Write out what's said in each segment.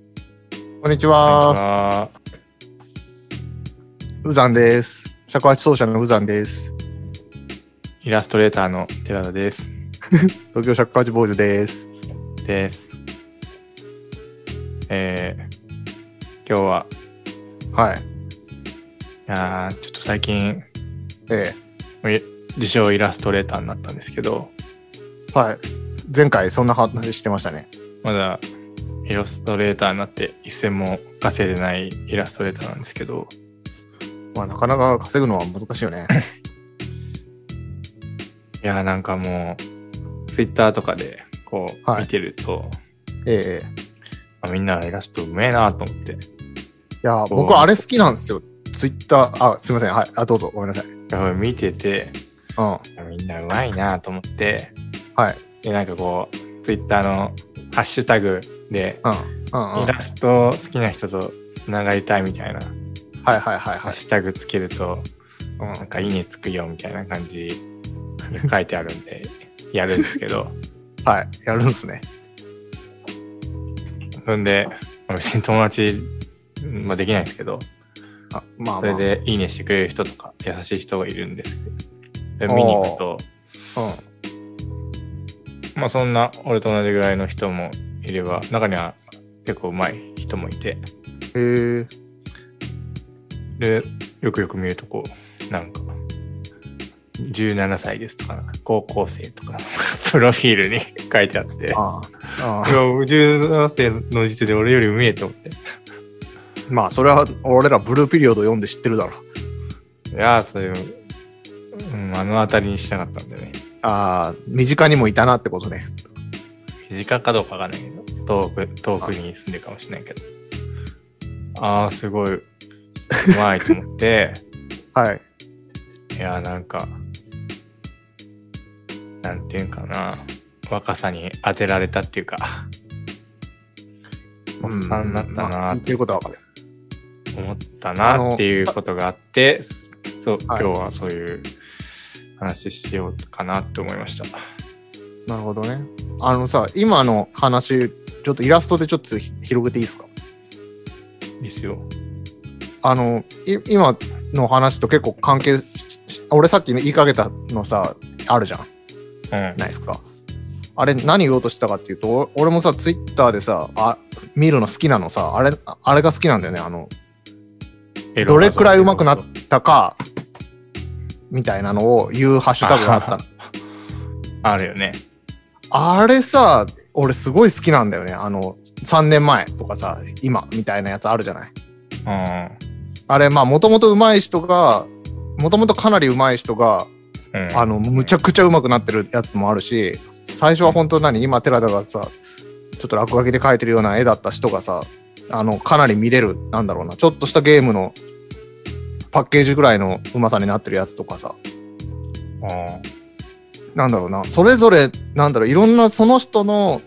こんにちこんにちは。はウザンです。尺八奏者のウザンです。イラストレーターの寺田です。東京尺八坊主です。です。えー、今日は、はい。いやーちょっと最近、えい自称イラストレーターになったんですけど、え。はい。前回そんな話してましたね。まだイラストレーターになって一銭も稼いでないイラストレーターなんですけど、まあ、なかなか稼ぐのは難しいよ ね。いやーなんかもう、ツイッターとかでこうはい見てると、ええ。あみんなイラストうめえなと思って、いいや、僕はあれ好きなんですよ。ツイッター、あ、すいません。はい。あ、どうぞ。ごめんなさい。うん。や見てて、はみんなうまいなと思って、い。でなんかこうツイッターのハッシュタグでうん。うん、うん。はイいラスト好きな人とつながりたいみたいなはいはいはハッい。シュタグつけるとうんなんか「いいね」つくよみたいな感じに 書いてあるんでやるんですけ どはい。やるんですね。そんでまあ別に友達まあできないんですけどあまあそまあ。れで「いいね」してくれる人とか優しい人がいるんですけどで見に行くとうん。まあそんな俺と同じぐらいの人もいれば中には結構うまい人もいてへえ。でよくよく見るとこうなんか17歳ですとかなんか高校生とか プロフィールに 書いてあっていやああ。ああ。 17歳の時点で俺よりうめえと思って まあ、それは俺らブルーピリオド読んで知ってるだろ。いやーそれ、うん、あの辺りにしたかったんだよねああ、身近にもいたなってことね。身近かどうかわかんないけど遠く遠くに住んでるかもしれないけどああすごいうまいと思ってはい。いやーなんかなんていうんかな若さに当てられたっていうかおっさんになったなーってまあ言ってることはわかる。思ったあなのっていうことがあってそう今はい日はそういう話しようかなと思いました、なるほどね。あのさ、今の話、ちょっとイラストでちょっとひ広げていいですかい、いっすよあの、い今の話と結構関係しし俺さっき言いかけたのさ、あるじゃん、うんないですか。あれ、何言おうとしたかっていうと、お俺もさ、ツイッターでさ、あ見るの好きなのさ、あれ、ああれが好きなんだよね。あの、どれくらい上手くなったか、みたいなのを言うハッシュタグがあったの。あるよねあれさ、俺すごい好きなんだよね。あの、3年前とかさ、今みたいなやつあるじゃない。うあれ、まあ、もともと上手い人が、もともとかなり上手い人が、ん、うん、あの、むちゃくちゃ上手くなってるやつもあるし、最初は本当何、今、寺田がさ、ちょっと落書きで描いてるような絵だった人がさ、あの、かなり見れる、なんだろうな、ちょっとしたゲームのパッケージぐらいのうまさになってるやつとかさ、うんなんだろうな、それぞれ、なんだろう、いろんなその人の、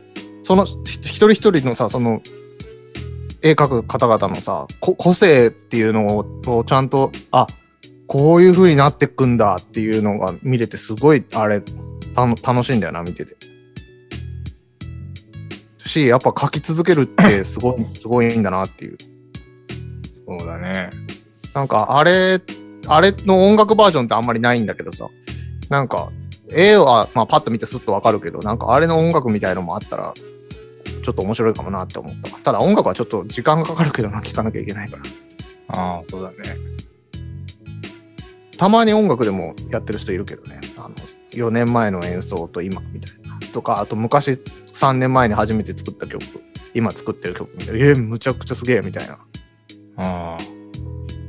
そのひ一人一人のさ、その、絵描く方々のさ、こ個性っていうのををちゃんと、あこういう風になってくんだっていうのが見れて、すごい、あれ、たの楽しいんだよな、見てて。し、やっぱ描き続けるってすごい、すごいんだなっていう。そうだねなんかあれ、あれの音楽バージョンってあんまりないんだけどさ、なんか、絵は、まあ、パッと見てスッとわかるけど、なんかあれの音楽みたいのもあったら、ちょっと面白いかもなって思った。ただ音楽はちょっと時間がかかるけどな、聴かなきゃいけないから。ああそうだねたまに音楽でもやってる人いるけどね、あの4年前の演奏と今みたいな。とか、あと昔3年前に初めて作った曲、今作ってる曲みたいな。えー、むちゃくちゃすげえみたいな。ああ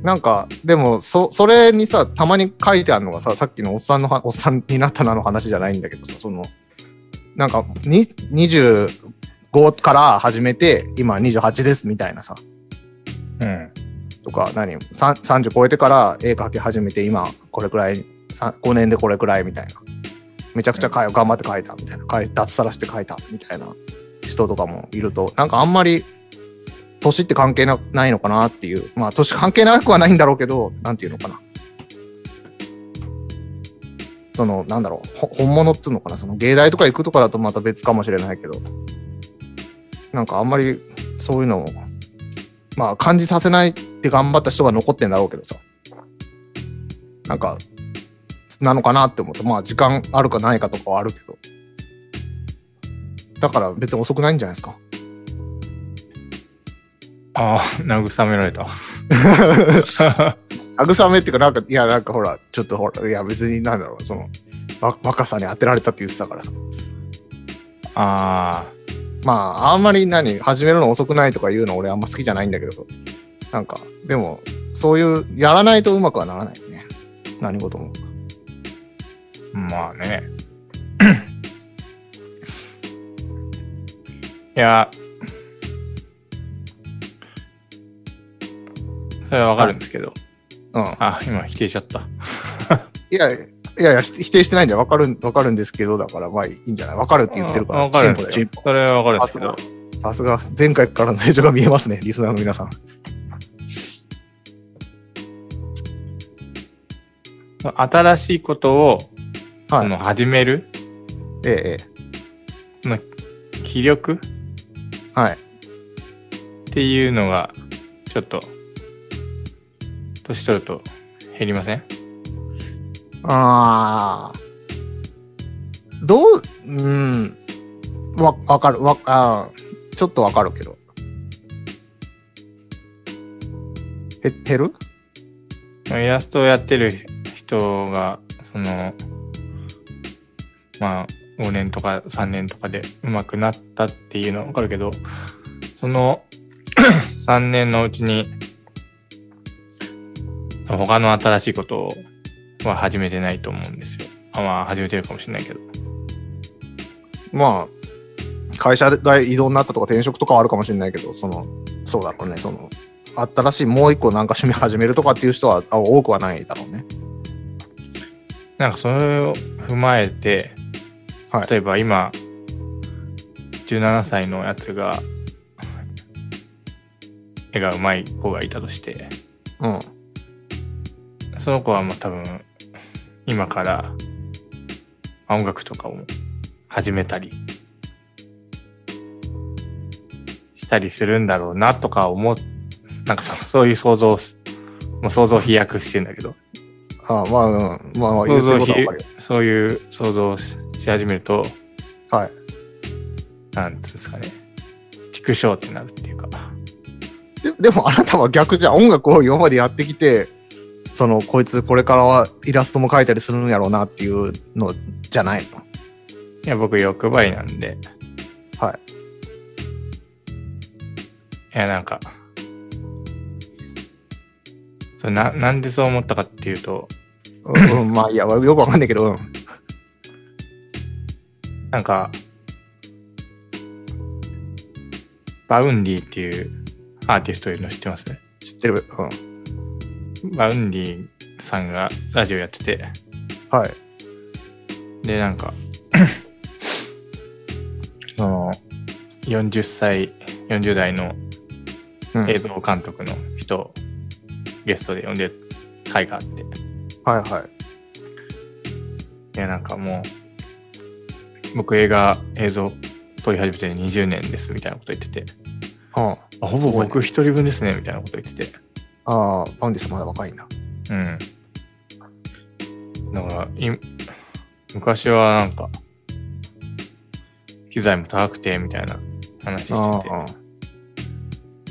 なんかでもそそれにさたまに書いてあるのがささっきのおっさんのはおっさんになったなの話じゃないんだけどさそのなんかに25から始めて今28ですみたいなさうんとか何さん30超えてから絵描き始めて今これくらいさ5年でこれくらいみたいなめちゃくちゃかい頑張って描いたみたいなかい脱サラして描いたみたいな人とかもいるとなんかあんまり年って関係なないのかなっていうまあ年関係なくはないんだろうけどなんていうのかなそのなんだろうほ本物っつうのかなその芸大とか行くとかだとまた別かもしれないけどなんかあんまりそういうのをまあ感じさせないって頑張った人が残ってんだろうけどさなんかなのかなって思ってまあ時間あるかないかとかはあるけどだから別に遅くないんじゃないですかあ あ、慰めら れた。慰めっていうかなんかいやなんかほらちょっとほらいや別になんだろうそのわ若さに当てられたって言ってたからさああ、まああんまり何始めるの遅くないとか言うの俺あんま好きじゃないんだけどなんかでもそういうやらないとうまくはならないよね何事もまあね。いや、それはわかるんですけど。うんあ、今否定しちゃった。いやいやいや否定してないんで分かる分かるんですけどだからまあいいんじゃない分かるって言ってるからわかるんです進よ歩。それはわかるだんよでさすすけがど。さすが前回からの成長が見えますねリスナーの皆さん新しいことを、はいその始めるえええ気力っえはいていうのが、ちょっと、年取ると減りませんあーどううんわ分かるわあーちょっと分かるけどへ減るイラストをやってる人が、その、まあ、5年とか3年とかで上手くなったっていうのはわかるけど、その 3年のうちに、他の新しいことは始めてないと思うんですよ。あまあ、始めてるかもしれないけど。まあ、会社が異動になったとか転職とかはあるかもしれないけど、その、そうだろうね、その、新しいもう一個なんか趣味始めるとかっていう人はあ多くはないだろうね。なんかそれを踏まえて、はい例えば今、17歳のやつが、絵がうまい子がいたとして、うん。その子はもう多分、今から、まあ音楽とかを始めたり、したりするんだろうなとか思う、なんかそそういう想像をす、もう想像を飛躍してんだけど、あまあ、うん、まあまあ、言ってる想像をことはひわかるよ。そういう想像をしし始めると、はい。なんつうんですかね、畜生ってなるっていうか、ででも、あなたは逆じゃん音楽を今までやってきて、その、こいつこれからはイラストも描いたりするんやろうなっていうのじゃないの。いや、僕欲張りなんで、。はいいや、なんか、それな、なんでそう思ったかっていうと、うん、うんまあ、いや、よくわかんないけど、うん。なんか、バウンディっていうアーティストいるの知ってます知ってる。うん。バウンディさんがラジオやってて、はい。で、なん か、その、40歳、40代のうん、映像監督の人をゲストで呼んで会があって、いはいはい。や、なんかもう、僕映画、映像撮り始めて20年ですみたいなこと言ってて、うん。あほぼ僕一人分ですねみたいなこと言ってて、ああ、パンディさんまだ若いんだ。うん。だから、い昔はなんか、機材も高くてみたいな話してて、ああ。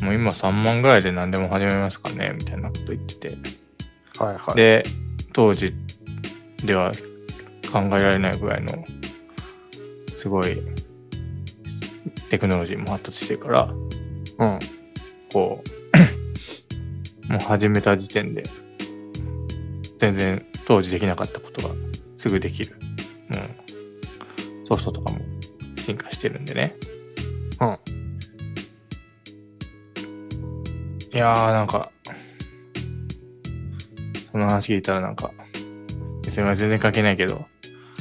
もう今3万ぐらいで何でも始めますかねみたいなこと言ってて。はいはい。で、当時では考えられないぐらいの、すごいテクノロジーも発達してるから、うん。こう、も う始めた時点で、全然当時できなかったことがすぐできる。もう、ソフトとかも進化してるんでね。うん。いやーなんか、その話聞いたらなんか、別に全然関係ないけど、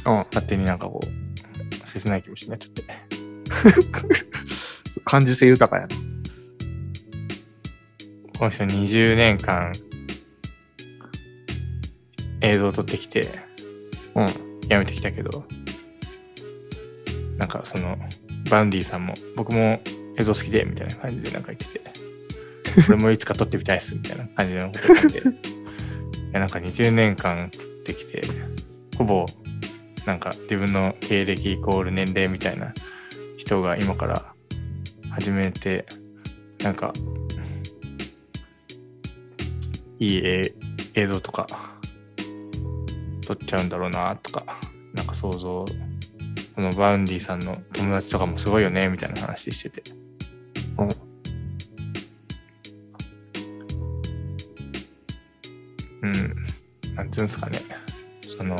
うん。勝手になんかこう、切ない気持ちになっちゃって。感受性豊かやな。この人20年間、映像を撮ってきて、うん。やめてきたけど、な んかその、バンディさんも、僕も映像好きで、みたいな感じでなんか言ってて、俺もいつか撮ってみたいです、みたいな感じのこと言って。い や、なんか20年間撮ってきて、ほぼ、なんか自分の経歴イコール年齢みたいな人が今から始めて、なんか、いいえ映像とか撮っちゃうんだろうなとか、なんか想像、そのバウンディさんの友達とかもすごいよねみたいな話してて。うんうん、なんつうんですかね、その、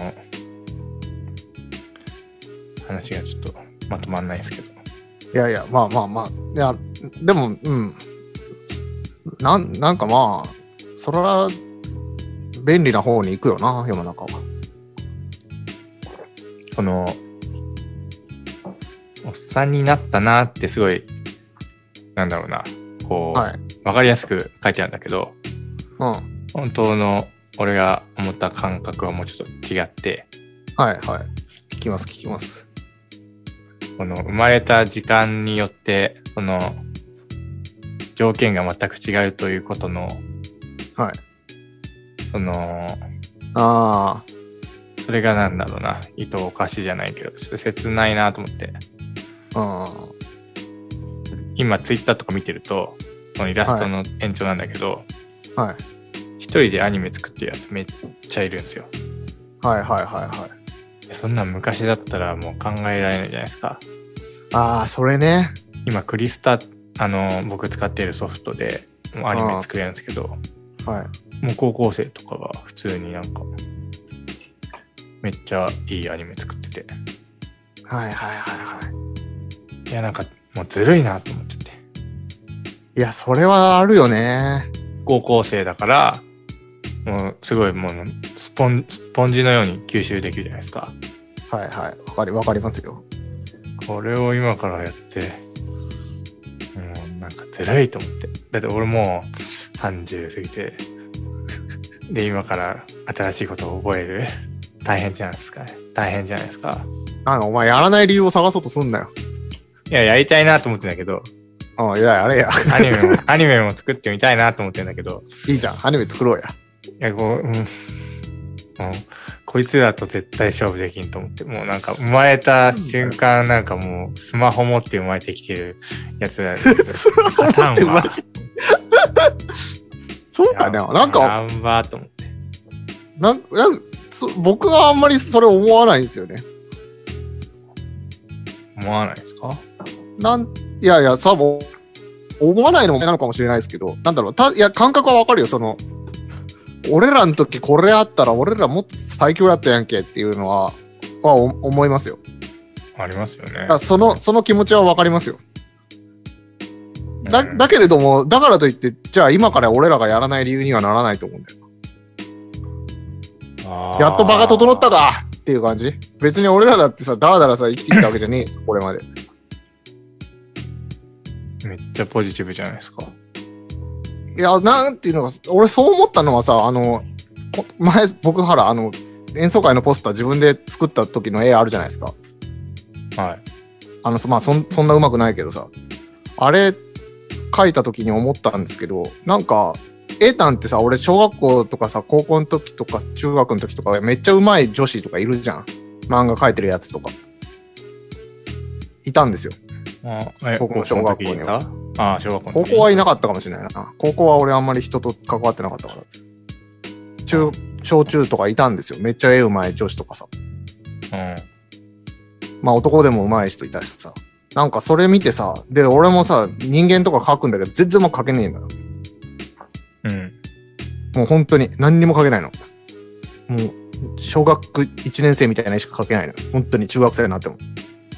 話がちょっとまとまんないですけど。いやいや、まあまあまあ。いや、でも、うん。なん、なんかまあ、そら、便利な方に行くよな、世の中は。この、おっさんになったなってすごい、なんだろうな、こう、わ、はい。かりやすく書いてあるんだけど、うん。はい本当の俺が思った感覚はもうちょっと違って、はい。聞きます、聞きます。この生まれた時間によって、その、条件が全く違うということの、はい。その、あそれがなんだろうな、意図おかしじゃないけど、ちょっと切ないなと思って、あ、今ツイッターとか見てると、そのイラストの延長なんだけど、うん。はい。一、人でアニメ作ってるやつめっちゃいるんですよ。はいはいはいはい。そんなん昔だったらもう考えられないじゃないですか。ああ、それね。今、クリスタ、あの、僕使っているソフトで、もうアニメ作れるんですけど、はい。もう高校生とかが普通になんか、めっちゃいいアニメ作ってて、はいはいはいはいや、なんかもうずるいなと思っちゃって。い。いや、それはあるよね。高校生だから、もうすごいもうスポンスポンジのように吸収できるじゃないですか。はいはい。わかり、わかりますよ。これを今からやって、もうなんかずるいと思って。だって俺もう30過ぎて、で、今から新しいことを覚える。大変じゃないですか、ね。大変じゃないですか。なんかお前やらない理由を探そうとすんなよ。いや、やりたいなと思ってんだけど、うん、いや、あれや。アニメ も、アニメも作ってみたいなと思ってんだけど、いいじゃん。アニメ作ろうや。いや、こう、うん。もう、こいつらと絶対勝負できんと思って、もうなんか生まれた瞬間、なんかもう、スマホ持って生まれてきてるや つらですけど、パターンは。そうだね。なんか、ナンバーと思って。なんなんそ僕はあんまりそれ思わないんですよね。思わないですかなんいやいや、さも思わないのもなのかもしれないですけど、なんだろう、たいや、感覚はわかるよ、その、俺らの時これあったら、俺らもっと最強だったやんけっていうのは、はお思いますよ。ありますよねだから。その、その気持ちはわかりますよ。だうんだけれども、だからといって、じゃあ今から俺らがやらない理由にはならないと思うんだよ。やっと場が整った。あーかっていう感じ。別に俺らだってさ、だらだらさ、生きてきたわけじゃねえよ、これまで。めっちゃポジティブじゃないですか。いや、なんていうのが、俺そう思ったのはさ、あの、こ前、僕原、あの、演奏会のポスター自分で作った時の絵あるじゃないですか。はい。あの、そまあ、そんそんなうまくないけどさ。あれ、描いた時に思ったんですけど、なんか、エタンってさ、俺、小学校とかさ、高校の時とか、中学の時とか、めっちゃうまい女子とかいるじゃん。漫画描いてるやつとか。いたんですよ。あえ僕も小学校に高の時いたあー小学校の高時校はいなかったかもしれないな。高校は俺あんまり人と関わってなかったから。中、小中とかいたんですよ。めっちゃ絵うまい女子とかさ。うん。まあ男でもうまい人いたしさ。なんかそれ見てさ、で、俺もさ、人間とか描くんだけど、全然もうまく描けねえんだよ。うん。もう本当に、何にも描けないの。もう、小学1年生みたいな絵しか描けないの。本当に中学生になっても。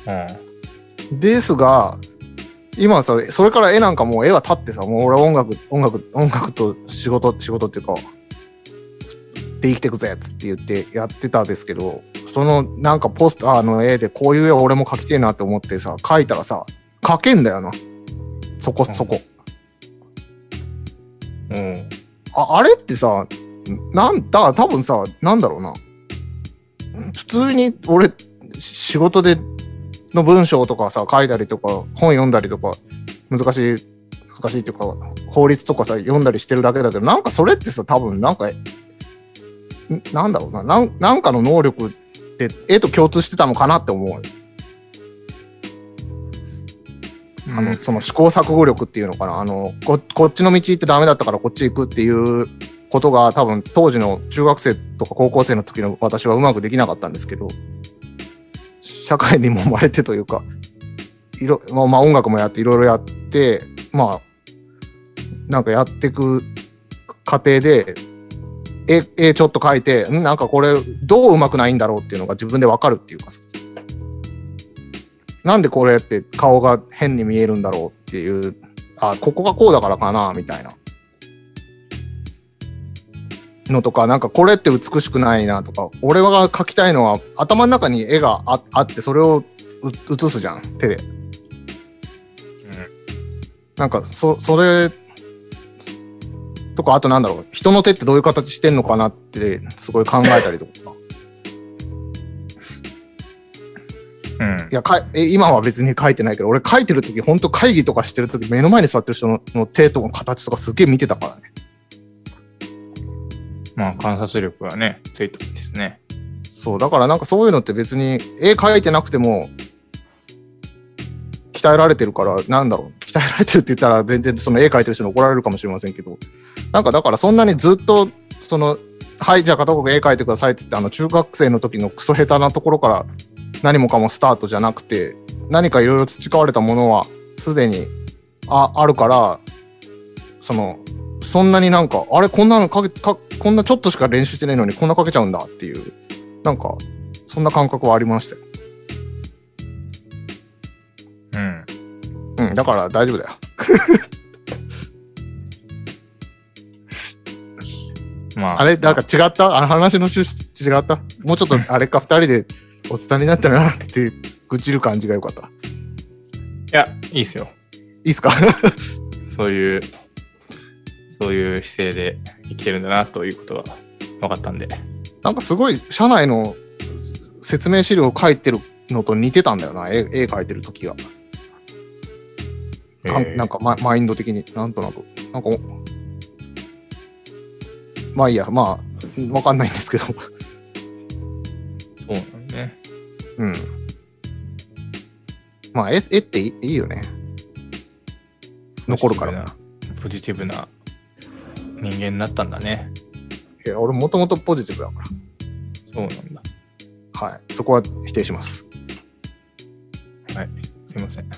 うん。ですが、今さ、それから絵なんかもう絵は立ってさ、もう俺は音楽、音楽、音楽と仕事、仕事っていうか、で生きてくぜっつって言ってやってたんですけど、そのなんかポスターの絵でこういう絵を俺も描きてえなって思ってさ、描いたらさ、描けんだよな。そこそこ。うん。ああれってさ、なんだ、多分さ、なんだろうな。普通に俺、仕事での文章とかさ、書いたりとか、本読んだりとか、難しい、難しいっていうか、法律とかさ、読んだりしてるだけだけど、なんかそれってさ、多分なんか、んなんだろうな、なんなんかの能力って、絵と共通してたのかなって思うよ。あの、その試行錯誤力っていうのかな。あの、ここっちの道行ってダメだったからこっち行くっていうことが多分当時の中学生とか高校生の時の私はうまくできなかったんですけど、社会に揉まれてというか、いろ、まあ、まあ音楽もやっていろいろやって、まあ、なんかやっていく過程で、絵、絵ちょっと描いて、んなんかこれどううまくないんだろうっていうのが自分でわかるっていうかさ。なんでこれって顔が変に見えるんだろうっていう、あ、ここがこうだからかな、みたいな。のとか、なんかこれって美しくないなとか、俺が描きたいのは頭の中に絵がああって、それをう写すじゃん、手で。なんか、そ、それ、とか、あとなんだろう、人の手ってどういう形してんのかなって、すごい考えたりとか。うん。いやかいえ今は別に書いてないけど俺書いてる時本当会議とかしてる時目の前に座ってる人のの手とか形とかすっげえ見てたからねまあ、観察力がね、ついてるんですね。そうだからなんかそういうのって別に絵描いてなくても鍛えられてるからなんだろう鍛えられてるって言ったら全然その絵描いてる人に怒られるかもしれませんけどなんかだからそんなにずっとそのはいじゃあ片国絵描いてくださいって言ってあの中学生の時のクソ下手なところから何もかもスタートじゃなくて何かいろいろ培われたものはすでにああるからそのそんなになんかあれこんなのかけかこんなちょっとしか練習してないのにこんなかけちゃうんだっていうなんかそんな感覚はありましたよ、うん。うん、だから大丈夫だよまあ、あれなんか違ったあの話の趣旨違ったもうちょっとあれか2人でお伝えになったなって愚痴る感じが良かったいいや、いいっすよ。いっすか そういう、そういう姿勢で生きてるんだなということが分かったんで。なんかすごい社内の説明資料を書いてるのと似てたんだよな絵絵描いてる時がかえーなんかママインド的になんとなくなんかおまあいいやまあわかんないんですけどそうなんだね。うんまあ絵絵っていいいいよね残るからポジティブな。ポジティブな人間になったんだね。いや俺もともとポジティブだかそうなんだ。らはいそこは否定しますはい。すいません。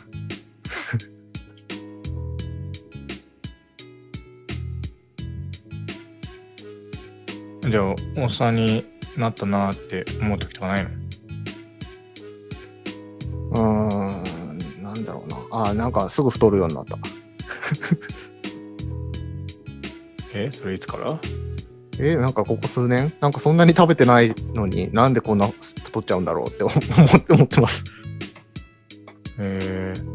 じゃあ、おっさんになったなーって思う時とかないのうーんなんだろうなあーなんかすぐ太るようになったえそれいつからえなんかここ数年なんかそんなに食べてないのになんでこんな太っちゃうんだろうって思って思ってますえー、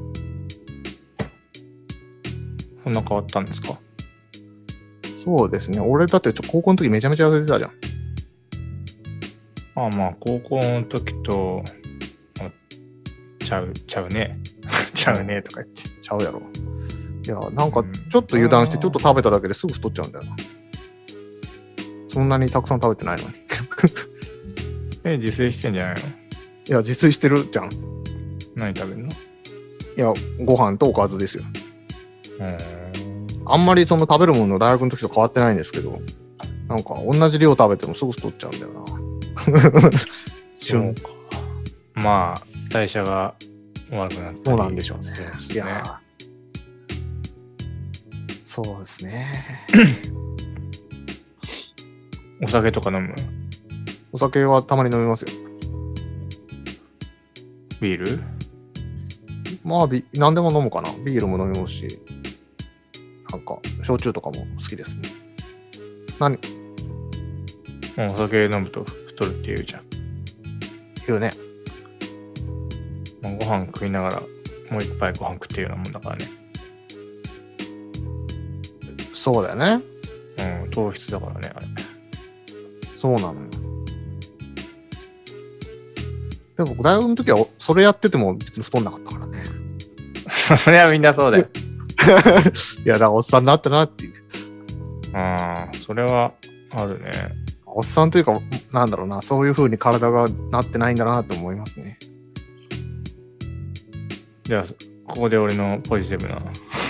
そんな変わったんですかそうですね俺だってちょ高校の時めちゃめちゃ痩せてたじゃんまあまあ、高校の時と、あちゃう、ちゃうね。 ちゃうね、とか言って。ちゃうやろいやなんうかんちょっと油断してちょっと食べただけですぐ太っちゃうんだよなそんなにたくさん食べてないのにえ、自炊してんじゃないのいや自炊してるじゃんい何食べるのやご飯とおかずですようーん。あんまりその食べるもの大学の時と変わってないんですけどなんか同じ量食べてもすぐ太っちゃうんだよ なそうか。まあ、代謝が悪くなったりそうなんでしょうねそうですいねやーそうですね。お酒とか飲むお酒はたまに飲みますよ。ビールまあ、ビ何でも飲むかな。ビールも飲みますし、なんか、焼酎とかも好きですね。何もうお酒飲むと太るって言うじゃん。言うね。まあ、ご飯食いながら、もう一杯ご飯食ってるようなもんだからね。そうだよね。うん、糖質だからね、あれ。 そうなのよ。でも、大学の時はおそれやってても別に太んなかったからね。それはみんなそうだよ。いや、だからおっさんになったなっていう。ああ、それはあるね。おっさんというか、なんだろうな、そういう風に体がなってないんだなって思いますね。じゃあ、ここで俺のポジティブな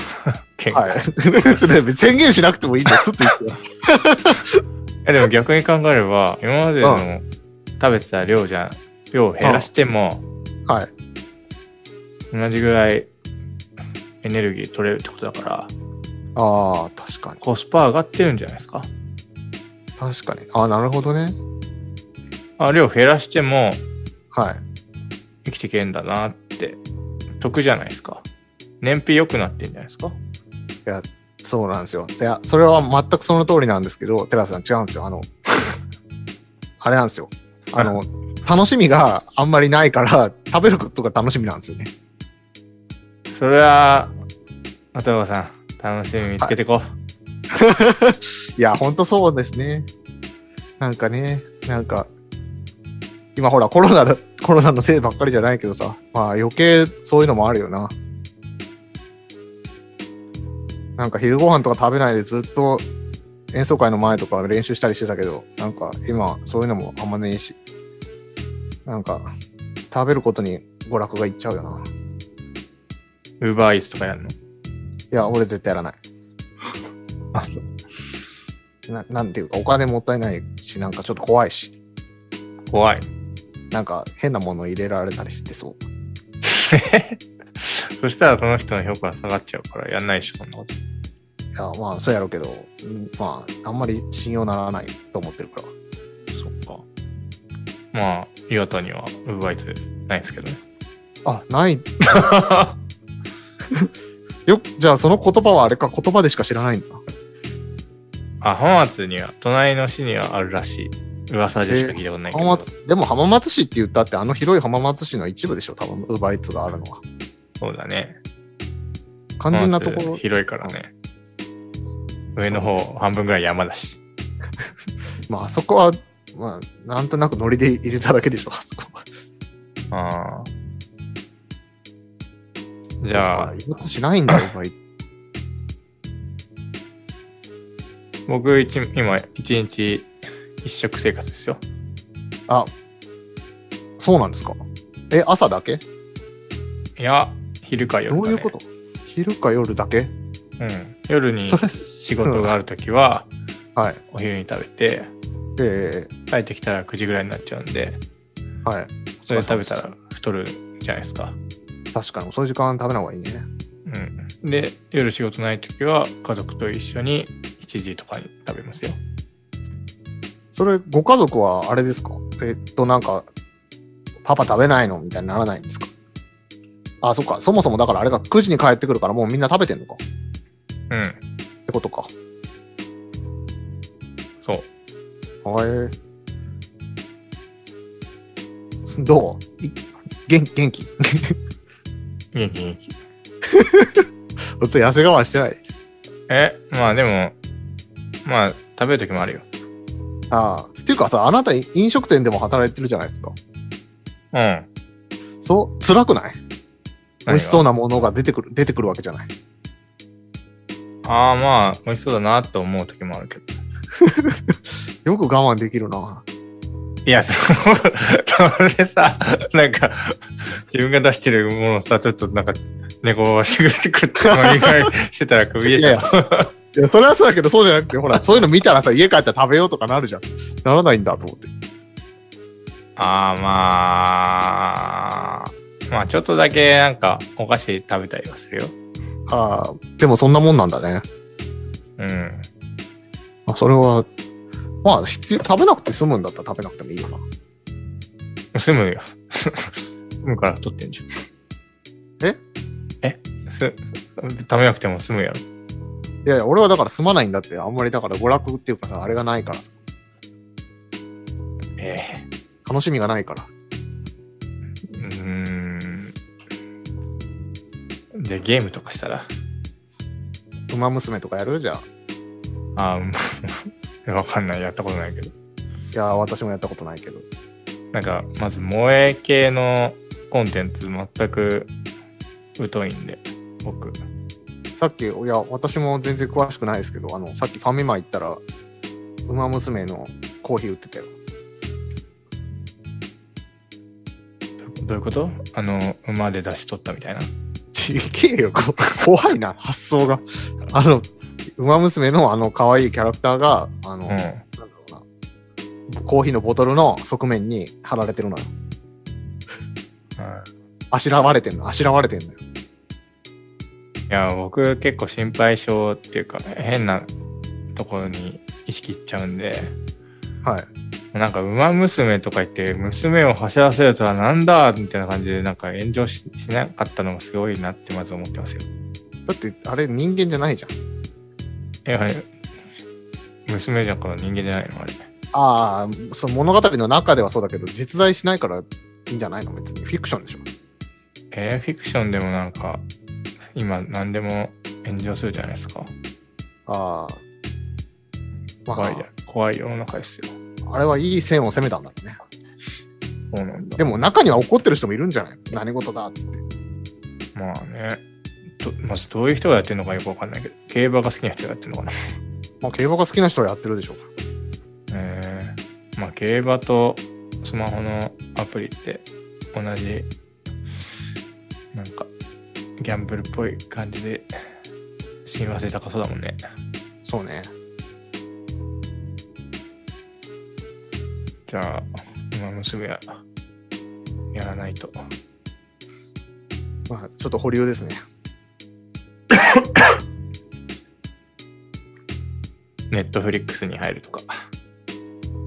見解、はい。 で宣言しなくてもいいんですって言って。いやでも逆に考えれば、今までうの食べてた量じゃ、量を減らしても、はい。同じぐらいエネルギー取れるってことだから、ああ、確かに。コスパ上がってるんじゃないですか。確かに。ああ、なるほどね。あ量減らしてもはい。生きていけんだなって、得じゃないですか。燃費良くなってんじゃないですか。そうなんですよ。いや、それは全くその通りなんですけど、寺田さん違うんですよ。あの、 あれなんですよ。あの、楽しみがあんまりないから、食べることが楽しみなんですよね。それは、渡辺さん、楽しみ見つけてこう。いや、ほんとそうですね。なんかね、なんか、今ほら、コロナだ、コロナのせいばっかりじゃないけどさ、まあ余計そういうのもあるよな。なんか昼ご飯とか食べないでずっと演奏会の前とか練習したりしてたけど、なんか今そういうのもあんまねえし、なんか食べることに娯楽がいっちゃうよな。ウーバーイーツとかやるの。いや、俺絶対やらない。あ、そう。ななんていうか、お金もったいないし、なんかちょっと怖いし。怖い。なんか変なもの入れられたりしてそう。そしたらその人の評価が下がっちゃうから、やんないでしょ、そんなこと。いや、まあ、そうやろうけど、うんまあ、あんまり信用ならないと思ってるから。そっか。まあ、岩田にはウーバーイーツないですけどね。あ、ない。よじゃあその言葉はあれか、言葉でしか知らないんだ。あ、浜松には、隣の市にはあるらしい。噂でしか聞いたことないけど。浜松、でも浜松市って言ったって、あの広い浜松市の一部でしょ、多分、ウーバーイーツがあるのは。そうだね。肝心なとこ浜ろ松、広いからね。上の方、半分ぐらい山だし。まあ、あそこは、まあ、なんとなくノリで入れただけでしょ、 あそこは。ああ。じゃああ、、言おうとしないんだ、ウーバーイーツ。僕一、今、一日一食生活ですよ。あ、そうなんですか。え、朝だけいや、昼か夜どか、ね。ういうこと昼か夜だけうん。夜にそれ仕事があるときは、はい。お昼に食べて、で、帰ってきたら9時ぐらいになっちゃうんで、はい。それ食べたら太るじゃないですか。確かに、遅い時間食べない方がいいね。うん。で、夜仕事ないときは、家族と一緒に7時とかに食べますよ。それ、ご家族はあれですかえっと、なんか、パパ食べないのみたいにならないんですかあ、そっか。そもそもだからあれが9時に帰ってくるからもうみんな食べてんのかっうん。てことか。そう。はい。どうい元気元気 ず元気元気。っと痩せ我慢してない。え、まあでも、まあ、食べるときもあるよ。ああ。っていうかさ、あなた飲食店でも働いてるじゃないですか。うん。そう、辛くない美味しそうう。なものが出てくる、出てくるわけじゃない。ああ、まあ、美味しそうだなと思うときもあるけど。よく我慢できるな。いや、 そうそれでさ、なんか、自分が出してるものをさ、ちょっとなんか、猫をしてくれてくるつもりがしてたら首でしいやい ょや。 いや、それはそうだけど、そうじゃなくて、ほ ら、そういうの見たらさ、家帰ったら食べようとかなるじゃん。ならないんだと思って。ああ、まあ、まあ、ちょっとだけなんか、お菓子食べたりはするよ。ああ、でもそんなもんなんだね。うん。あそれは、まあ、必要、食べなくて済むんだったら食べなくてもいいよな。住むよ。 住むから太ってんじゃん。ええす、食べなくても済むやろ。いやいや、俺はだから済まないんだって、あんまりだから娯楽っていうかさ、あれがないからさ、ええ楽しみがないから。うーん。じゃあゲームとかしたらウマ娘とかやるじゃん。いあーうん わかんない。やったことないけど。や、私もやったことないけど。なんか、まず萌え系のコンテンツ全く疎いんで、僕。さっき、いや、私も全然詳しくないですけど、あの、さっきファミマ行ったら、ウマ娘のコーヒー売ってたよ。どういうことあの、馬で出し取ったみたいな。ちげえよ、こ怖いな、発想が。あの、ウマ娘のあの、可愛いキャラクターが、あの、うん。なんだろうな、コーヒーのボトルの側面に貼られてるのよ。はいあしらわれてんの、あしらわれてんのよ。いや、僕結構心配性っていうか、変なところに意識いっちゃうんで、はい。なんか、馬娘とか言って、娘を走らせるとはなんだみたいな感じで、なんか炎上ししなかったのがすごいなってまず思ってますよ。だって、あれ人間じゃないじゃん。いや、娘だから人間じゃないのあれ。ああ、その物語の中ではそうだけど、実在しないからいいんじゃないの別に。フィクションでしょ。えー、フィクションでもなんか、今何でも炎上するじゃないですか。ああ。ま怖いじあ、ゃん。怖い世の中ですよ。あれはいい線を攻めたんだろうね。そうなんだ。でも中には怒ってる人もいるんじゃない何事だっつって。まあね。どまずどういう人がやってるのかよくわかんないけど、競馬が好きな人がやってるのかな。まあ、競馬が好きな人はやってるでしょうかえー、まあ競馬とスマホのアプリって同じ、なんか、ギャンブルっぽい感じで、親和性高そうだもんね。そうね。じゃあ、今娘は、やらないと。まあ、ちょっと保留ですね。ネットフリックスに入るとか。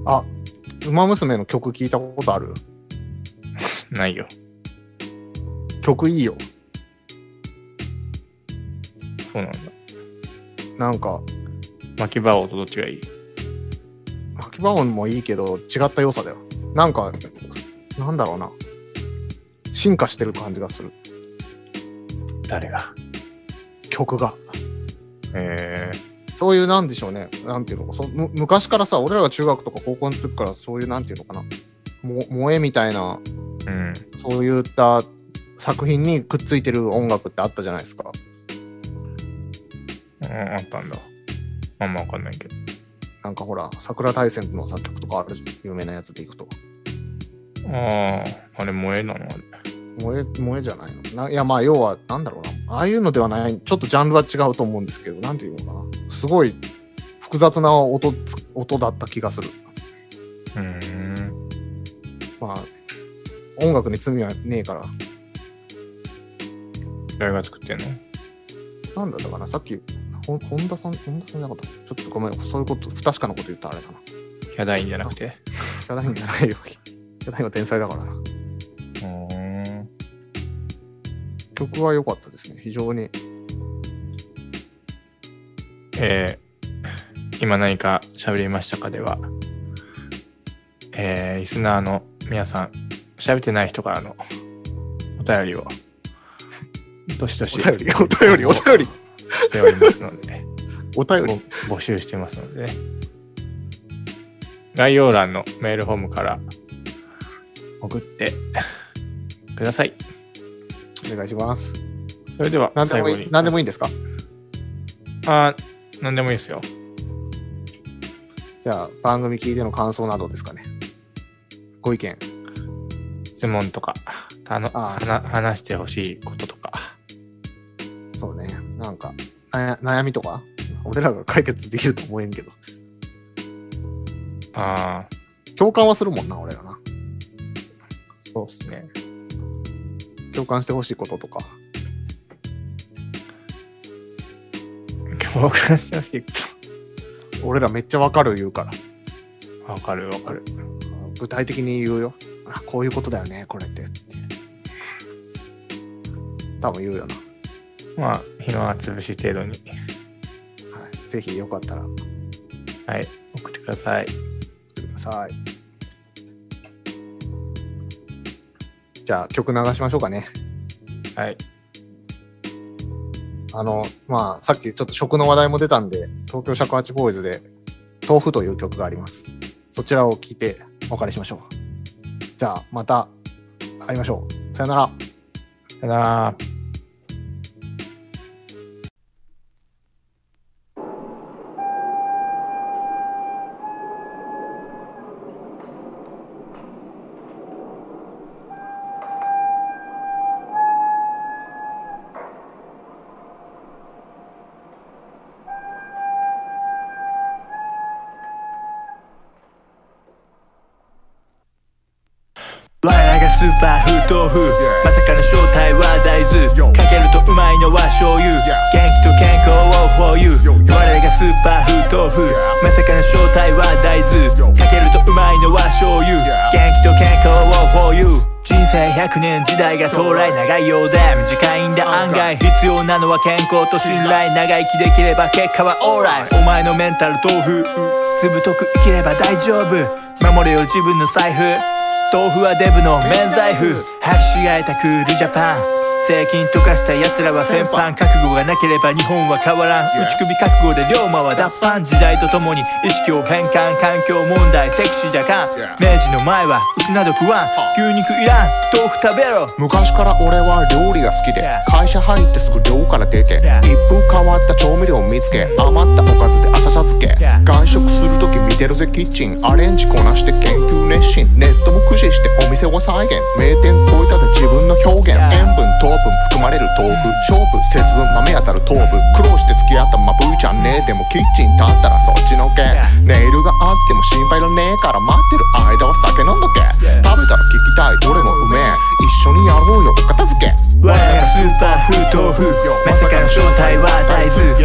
あ、馬娘の曲聞いたことあるないよ。曲いいよ。そうなんだ。なんか、巻き場王とどっちがいい秋葉音もいいけど、違った良さだよ。なんか、なんだろうな。進化してる感じがする。誰が曲が。えそういう、なんでしょうね。なんていうのかそむ。昔からさ、俺らが中学とか高校の時から、そういう、なんていうのかな。も萌えみたいな、ー、うん。そういった作品にくっついてる音楽ってあったじゃないですか。うんあったんだ。あんまわかんないけど。なんかほら、桜大戦の作曲とかあるじゃん。有名なやつでいくと。ああ、あれ萌えなのあれ。萌え、萌えじゃないのないや、まあ、要は、なんだろうな。ああいうのではない、ちょっとジャンルは違うと思うんですけど、なんていうのかな。すごい複雑な音つ、音だった気がする。うーん。まあ、音楽に罪はねえから。誰が作ってんのなんだったかな。さっき、ほ本田さん、本田さんじゃなかった。ちょっとごめん、そういうこと、不確かなこと言ったらあれだな。ヒャダインじゃなくて。ヒャダインじゃないよ。ヒャダインは天才だからな。うーん。曲は良かったですね。非常に。えー、今何か喋りましたかでは、えー、リスナーの皆さん、喋ってない人からのお便りを、どしどし、お便りお便りお便りしておりますので、お便り、ぼ募集してますのでね。概要欄のメールフォームから送ってください。お願いします。それでは何で最も後いいに。、何でもいいんですかあー何でもいいですよ。じゃあ、番組聞いての感想などですかね。ご意見。質問とか、たのあー話話してほしいこととか。そうね。なんか、な悩みとか、俺らが解決できると思えんけど。ああ、共感はするもんな、俺らな。そうですね。共感してほしいこととか。共感してほしいこ俺らめっちゃわかる言うから。と。わかるわかる。具体的に言うよ。あ、こういうことだよね、これって。多分言うよな。まあ、暇は潰し程度に。はい、ぜひよかったら送っはい、送ってください。てください。じゃあ曲流しましょうかね。はい。あの、まあ、さっきちょっと食の話題も出たんで、東京尺八ボーイズで、豆腐という曲があります。そちらを聴いてお別れしましょう。じゃあ、また会いましょう。さよなら。さよなら。スーパー不豆腐 Yeah まさかの正体は大豆 Yo かけるとうまいのは醤油 Yeah 元気と健康を for you Yo, yo 我らがスーパー不豆腐 Yeah まさかの正体は大豆 Yo かけるとうまいのは醤油 Yeah 元気と健康を for you 人生100年時代が到来長いようで短いんだ案外必要なのは健康と信頼長生きできれば結果はオーライお前のメンタル豆腐ずぶとく生きれば大丈夫守れよ自分の財布豆腐はデブの免罪符拍手がえたクールジャパン税金溶かした奴らは先般覚悟がなければ日本は変わらん Yeah 打ち首覚悟で龍馬は脱藩時代とともに意識を変換環境問題セクシーだかん Yeah 明治の前は牛など食わん牛肉いらん豆腐食べろ昔から俺は料理が好きで Yeah. 会社入ってすぐ寮から出て Yeah. 一風変わった調味料を見つけ余ったおかずで朝茶漬け Yeah. 外食する時見てるぜキッチンアレンジこなして研究熱心ネットも駆使してお店を再現名店超えたぜ自分の表現 Yeah. 塩分糖分含まれる豆腐勝負節分豆当たる糖分苦労して付き合ったまぶーちゃんねでもキッチン立ったらそっちのけネ Yeah. イルがあっても心配いらねえから待ってる間は酒飲んどけ Yeah. 食べたら聞きたいどれもうめえ一緒にやろうよお片付け我らがスーパーフー豆腐まさかの正体は大豆